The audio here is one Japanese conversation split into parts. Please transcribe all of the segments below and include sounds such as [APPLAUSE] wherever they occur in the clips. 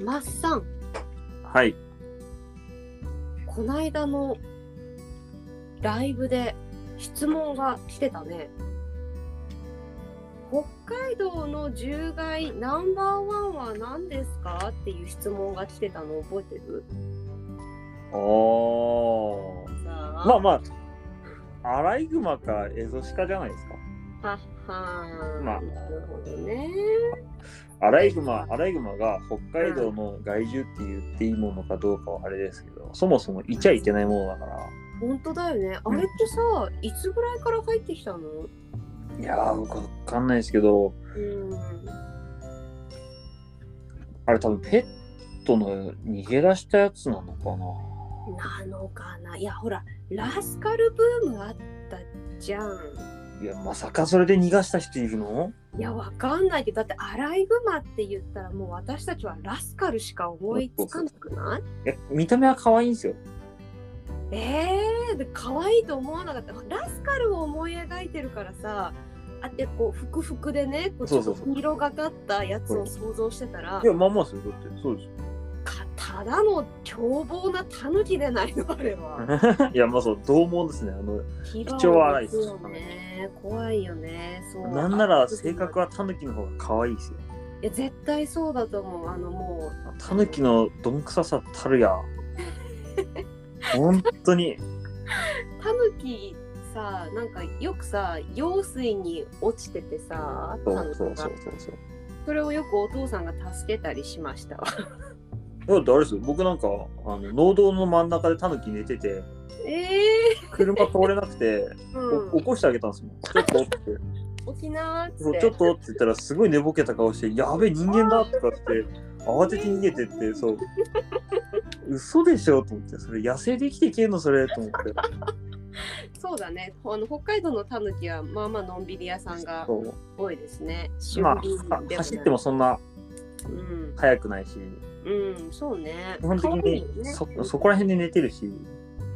マッサンはい。こないだのライブで質問が来てたね北海道の獣害ナンバーワンは何ですかっていう質問が来てたの覚えてるおー。さまあまあ、アライグマかエゾシカじゃないですか。はっはーまなあるほどねアライグマ、アライグマが北海道の害獣って言っていいものかどうかはあれですけど、そもそもいちゃいけないものだから。本当だよねあれってさ、いつぐらいから入ってきたのいやー、僕わかんないですけど、うんあれ多分ペットの逃げ出したやつなのかな。なのかないやほらラスカルブームあったじゃんいや、まさかそれで逃がした人いるのいやわかんないけどだってアライグマって言ったらもう私たちはラスカルしか思いつかなくないいや、見た目は可愛いんですよ。えー、で可愛いと思わなかったラスカルを思い描いてるからさあってこうふくふくでねこうちょっそうとそうそう色がかったやつを想像してたらいや、まあまあですよ。だって、そうですよ。かただの凶暴なタヌキでない [LAUGHS] のあれは。いや、まあそう、獰猛ですね。あの、気貴重は荒いですですよね。怖いよね。そうなんなら性格はタヌキの方が可愛いですよ。いや絶対そうだと思う。あのもうタヌキのどんくささ [LAUGHS] たるや。本当に。タヌキさなんかよくさ用水に落ちててさそタヌうキそうそがうそうそう。それをよくお父さんが助けたりしました [LAUGHS] わだってあれですよ、僕なんか、あの農道の真ん中でタヌキ寝てて、え車通れなくて、ー、お [LAUGHS] う起こしてあげたんですもん。ちょっとって。ん、沖縄っつそっうてちょっとって言ったら、すごい寝ぼけた顔して、やべえ、人間だとかって、慌てて逃げてって、そう。嘘でしょと思って、それ野生で生きていけんのそれと思って。そうだねあの北海道のタヌキはまあまあのんびり屋さんがそう多いですねま俊敏であないは走ってもそんなうん、速くないし、うん、そうね基本的可愛いによねそそこら辺で寝てるし、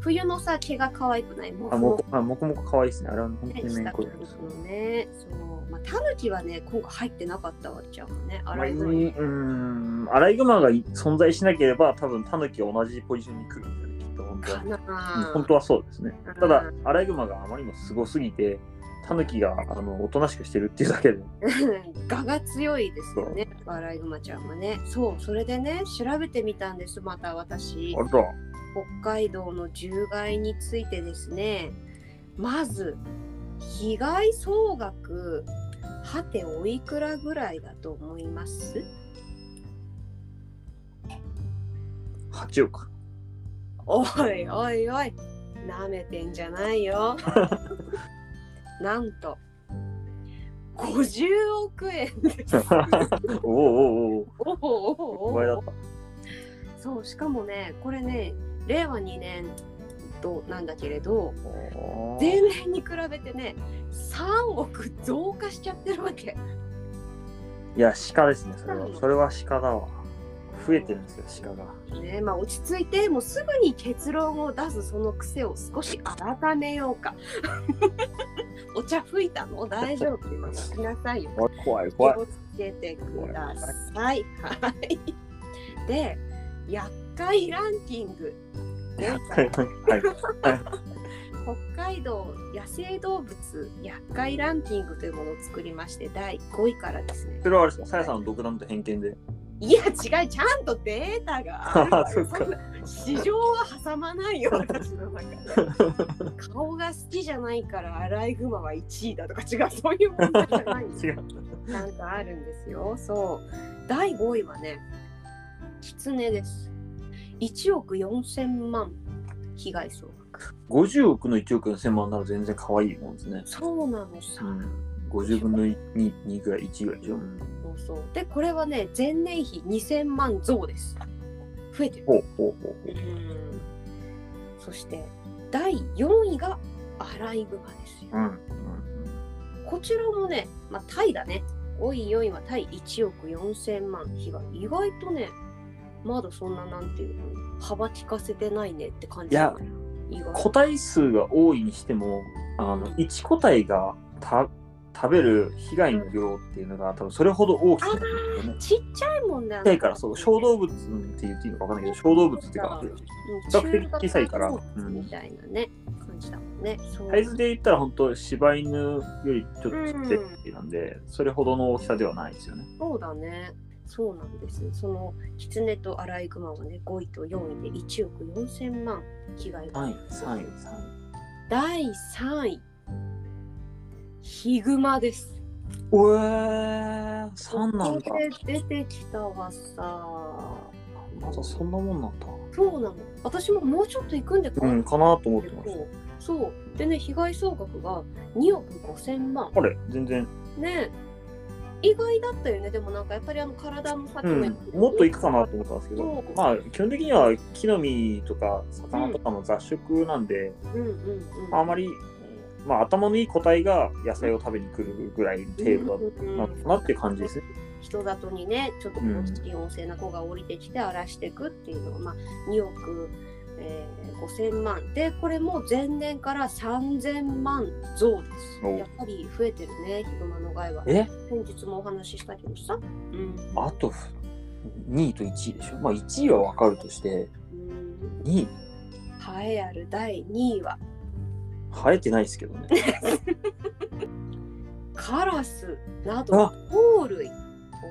冬のさ毛が可愛くないもあもこあもこもこ可愛いですね。あれは本当ね、にめん下こ着での。ね、そう、まあ、タヌキはね、今回入ってなかったわけじゃんね、まああらいゆる。いうーん、アライグマがい存在しなければ、多分タヌキは同じポジションに来るんだよね、きっと本当はか。なうん本当はそうですね。うんただ、アライグマがあまりにもすごすぎて、タヌキがあのおとなしくしてるっていうだけで、 [LAUGHS] 画が強いですよね、アライグマちゃんはね。そう、それでね、調べてみたんです、また私あ。れだ、北海道の獣害についてですね、まず、被害総額、はておいくらぐらいだと思います8億。おいおいおい、なめてんじゃない [LAUGHS] よ。なんと、50億円です。おおおうおおおおうおう、お倍だおっ。た。そう、しかもね、これね、令和2年度なんだけれど、おー前年に比べてね、3億増加しちゃってるわけ。いや、鹿ですね、それは。それは鹿だわ。増えてるんですよ、鹿が。ねまあ、落ち着いて、もうすぐに結論を出すその癖を少し改めようか。 [LAUGHS] お茶吹いたの大丈夫今聞きなさいよ。怖い怖い気 [LAUGHS] 怖い。をつけてください。はい。で、厄介ランキング。前は回いはい北海道野生動物厄介ランキングというものを作りまして、第5位からですね。それはあれですか、さやさんの独断と偏見で。いや、違う、ちゃんとデータがあるからあそっかそんな市場は挟まないよ、私の中で。顔が好きじゃないから、アライグマは1位だとか、違う、そういう問題じゃないんです [LAUGHS] 違う。なんかあるんですよ。そう。第5位はね、キツネです。1億4000万被害総額。 50億の1億4000万なら全然可愛いもんですね。そうなのさう。ん。50分の 2, 2ぐらい、1ぐらいでしょ。そうそう。で、これはね、前年比2000万増です。増えてる。ほうほうほう。うん。そして、第4位がアライグマですよ。うん。うんこちらもね、まあ、タイだね。5位、4位はタイ1億4000万被害。意外とね、まだそんななんていうの、幅利かせてないねって感じ。いや、意外個体数が多いにしても、あの、1個体がた食べる被害の量っていうのが多分それほど大きくないんだよね。ちっちゃいもんだよ小さいからそう小動物って言っていいのか分かんないけど小動物っていうか比較的小さいからうんみたいなね、感じだもんね。そうサイズで言ったら本当柴犬よりちょっとちっちゃいぐらいなんで、それほどの大きさではないですよね。そうだね。そうなんです。そのキツネとアライグマはね、5位と4位で1億4千万被害が。はい、はい、はい。第3位、ヒグマです。おえー、三なんだこ。れ出てきたわさ。まだそんなもんなんだ。そうなの。私ももうちょっと行くんでかうん、とかなと思思ってまけしどそう。でね、被害総額が2億5千万。た。あれ、全然。ね意外だったよね。でもなんかやっぱりあの体のさっきうもん言ったけ、どもっといくかなと思ったんですけどそう、まあ、基本的には木の実とか魚とかの雑食なんで、うんうんうん。あまり、まあ、頭のいい個体が野菜を食べに来るぐらいの程度だうんったかなっていう感じですね。人里にねちょっとこう地温性な子が降りてきて荒らしていくっていうのが、まあ、2億、えー、5000万でこれも前年から3000万増ですおやっぱり増えてるねヒグマの害はえ先日もお話ししたけどさ、うんあと2位と1位でしょ。まあ、1位はわかるとして、うん、 2位、栄えある第2位は生えてないですけどね。 [LAUGHS] カラスなどあ鳥類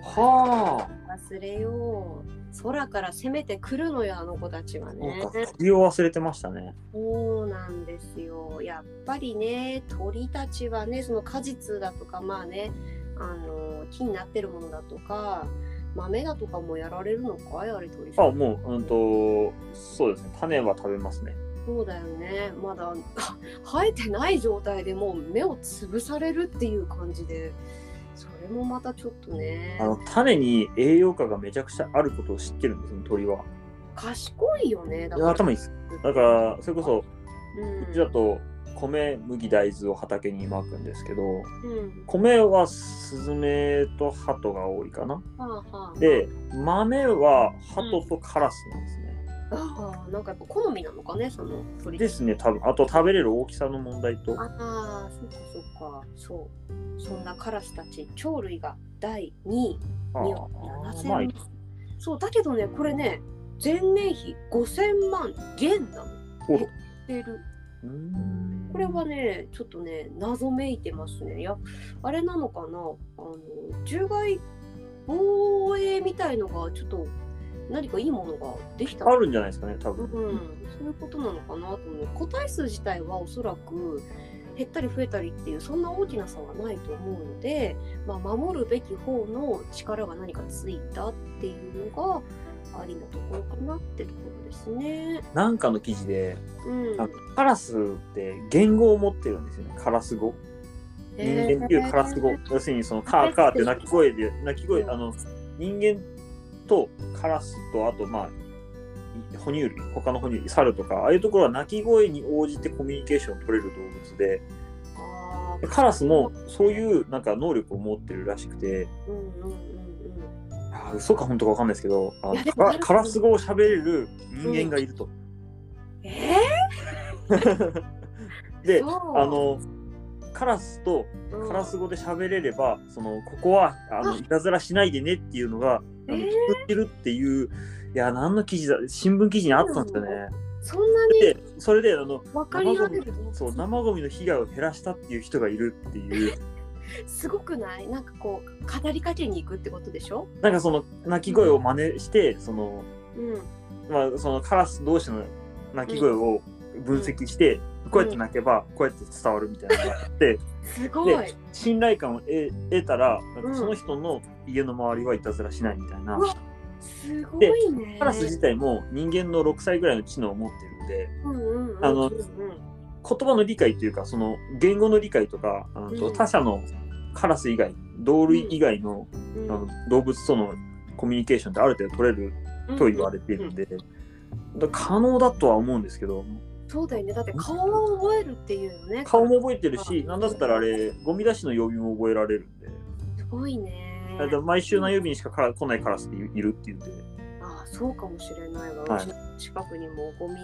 は忘れよう空から攻めてくるのよあの子たちはあ、ねなんか鳥を忘れてましたね。そうなんですよ。やっぱりね、鳥たちはね、その果実だとか、まあね、あの木になってるものだとか、豆だとかもやられるのかいあれ鳥さんあ、もう、うんと、そうですね。種は食べますね。そうだよね。まだ [LAUGHS] あ生えてない状態でもう目を潰されるっていう感じで、それもまたちょっとねあ、の種に栄養価がめちゃくちゃあることを知ってるんですね、鳥は。賢いよね。だいや頭いいです。だから、それこそ、うん、うちだと米、麦、大豆を畑にまくんですけど、うん、米はスズメとハトが多いかな。はあはあ、で、豆はハトとカラスなんですね。ああ、なんかやっぱ好みなのかね、その鳥ですね、多分あと食べれる大きさの問題と。ああ、そっかそっか、そう。そんなカラスたち、鳥類が第2位、あ2億ー7000まあ万。そう、だけどね、これね、前年比5000万減なの。お減ってる。うーんこれはね、ちょっとね、謎めいてますね。いや、あれなのかな、あの、獣害防衛みたいのが、ちょっと、何かいいものができたのあるんじゃないですかね、多う分。ん、そういうことなのかなと思う個体数自体はおそらく減ったり増えたりっていうそんな大きな差はないと思うので、まあ、守るべき方の力が何かついたっていうのがありなところかなってところですね。なんかの記事で、うん、あのカラスって言語を持ってるんですよね、カラス語。人間っていうカラス語、えー要するにそのカーカーって鳴き声で鳴き声あの人間とカラスとあとまあい哺乳類他の哺乳類猿とかああいうところは鳴き声に応じてコミュニケーションを取れる動物であーカラスもそういうなんか能力を持ってるらしくてうんうんうんうんあー嘘か本当か分かんないですけどあのいやでもカラカラスカラス語を喋れる人間がい [LAUGHS] ると。えでそうあのカラスとー、カラス語で喋れれば、そのここはあのあいたずらしないでねっていうのが、あのえー聞こえてるっていう、いや、何の記事だ、新聞記事にあったんですよね。そんなにで、それであの分か生りゴ合ミえるのそう生ゴミの被害を減らしたっていう人がいるっていう、 [LAUGHS] すごくないなんかこう語りかけに行くってことでしょ、なんかその鳴き声を真似して、そのうんまあ、そのカラス同士の鳴き声を分析して、こうやって鳴けば、こうやって伝わるみたいなのがあって。すごいで。信頼感を得得たらなうんかんその人の家の周りはいたずらしないみたいな、うわすごいね。カラス自体も人間の6歳ぐらいの知能を持ってるんでうんうんうん、あのうんうん言葉の理解というかその言語の理解とかあのうん他者のカラス以外同類以外の,、うんあの動物とのコミュニケーションってある程度取れると言われているんで、だから可能だとは思うんですけどそうだよね。だって顔を覚えるっていうのね。顔も覚えてるしうん何だったらあれゴミ出しの曜日も覚えられるんで。すごいね。だから毎週何曜日にしかから来ないカラスっているっていうんで、ああ、そうかもしれないわ。はいうちの近くにもゴミ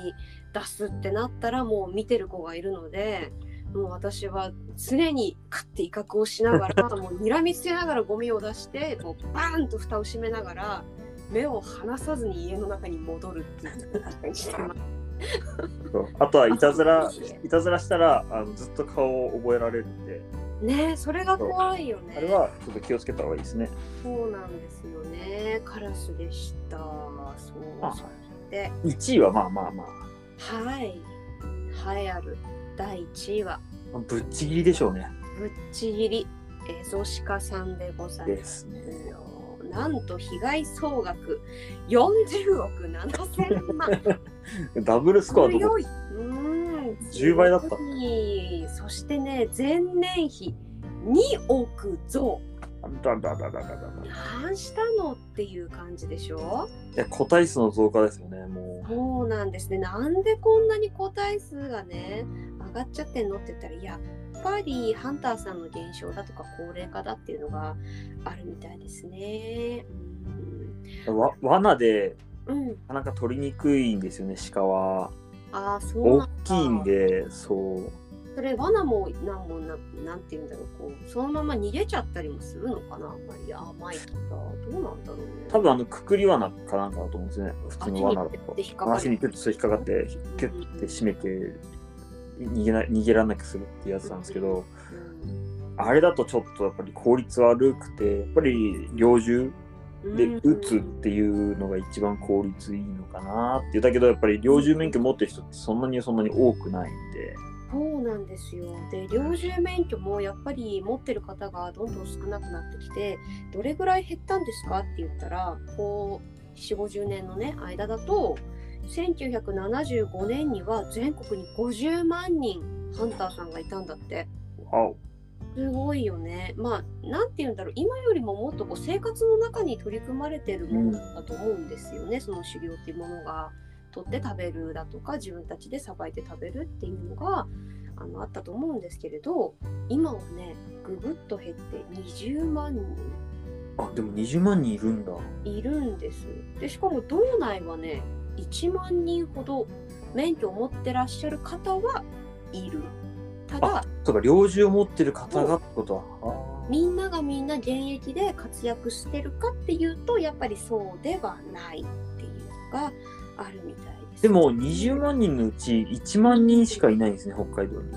出すってなったらもう見てる子がいるので、もう私は常に勝って威嚇をしなが [LAUGHS] らもう睨みつけながらゴミを出してこうバーンと蓋を閉めながら目を離さずに家の中に戻るっていうことにしてます。そうあと [LAUGHS] はいたずら、いたずらしたら、あのずっと顔を覚えられるんで、ねえそれが怖いよね。あれはちょっと気をつけた方がいいですね。そうなんですよね。カラスでした。そう。あで、 1位はまあまあまはい。栄えある第1位はあ、ぶっちぎりでしょうね。ぶっちぎりエゾシカさんでございます。ですね。なんと被害総額40億7000万。 [LAUGHS] ダブルスコアどこ強い。うん。 10倍だった強いそしてね、前年比2億増。あだだだだだだだ。何したのっていう感じでしょいや、個体数の増加ですよね、もそうなんですね。なんでこんなに個体数がね、上がっちゃってんのって言ったら、やっぱりハンターさんの減少だとか高齢化だっていうのがあるみたいですね。う。わ罠で、うん。うん、なかなか取りにくいんですよね、鹿は。ああ、そうな大んだきいんで、そう。それ罠もなんもななんて言うんだろうこうそのまま逃げちゃったりもするのかなあんまり甘いとかどうなんだろうね多分あの、くくり罠かなんかだと思うんですよね、普通の罠だと。足足ににピピュュッッとと引っかかって、キュッて締めて、逃げな逃げられなくするっていうやつなんですけど、うんあれだとちょっとやっぱり効率悪くて、やっぱり猟銃でうん撃つっていうのが一番効率いいのかなっていう。だけどやっぱり猟銃免許持ってる人ってそんなにそんなに多くないんで、そうなんですよで猟銃免許もやっぱり持ってる方がどんどん少なくなってきてどれぐらい減ったんですかって言ったらこう4 5 0年のね間だと1975年には全国に50万人ハンターさんがいたんだって。あすごいよね。まあ、なんて言うんだろう、今よりももっとこう生活の中に取り組まれてるものだと思うんですよね、その狩猟っていうものが。取って食べるだとか、自分たちでさばいて食べるっていうのがあのあったと思うんですけれど、今はね、ぐぐっと減って20万人あ、でも20万人いるんだ。いるんです。で、しかも道内はね、1万人ほど免許を持ってらっしゃる方はいる。ただ、とか猟銃を持ってる方がってことは。あみんながみんな現役で活躍してるかっていうとやっぱりそうではないっていうのがあるみたいです。でも20万人のうち1万人しかいないんですね、北海道に。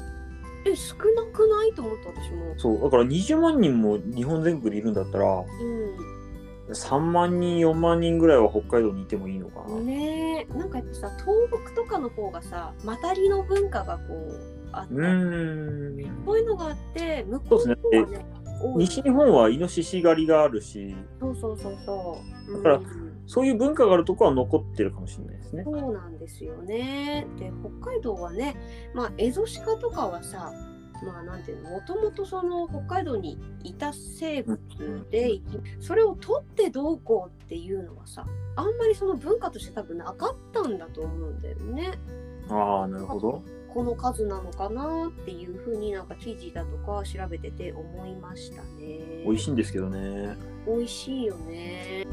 え少なくないと思った私も。そう、だから20万人も日本全国でいるんだったら、3万人、4万人ぐらいは北海道にいてもいいのかな。うん、ねえなんかやっぱさ東北とかの方がさまたりの文化がこうあって、うーん。こういうのがあって向こうの方がね多い西日本はイノシシ狩りがあるし、そうそうそうそう。だからうんそういう文化があるところは残ってるかもしれないですね。そうなんですよね。で北海道はね、まあ、エゾシカとかはさまあなんていうのもともとその北海道にいた生物で、それを取ってどうこうっていうのはさあんまりその文化として多分なかったんだと思うんだよね。ああ、なるほど。この数なのかなっていうふうになんか記事だとか調べてて思いましたね。美味しいんですけどね。美味しいよね。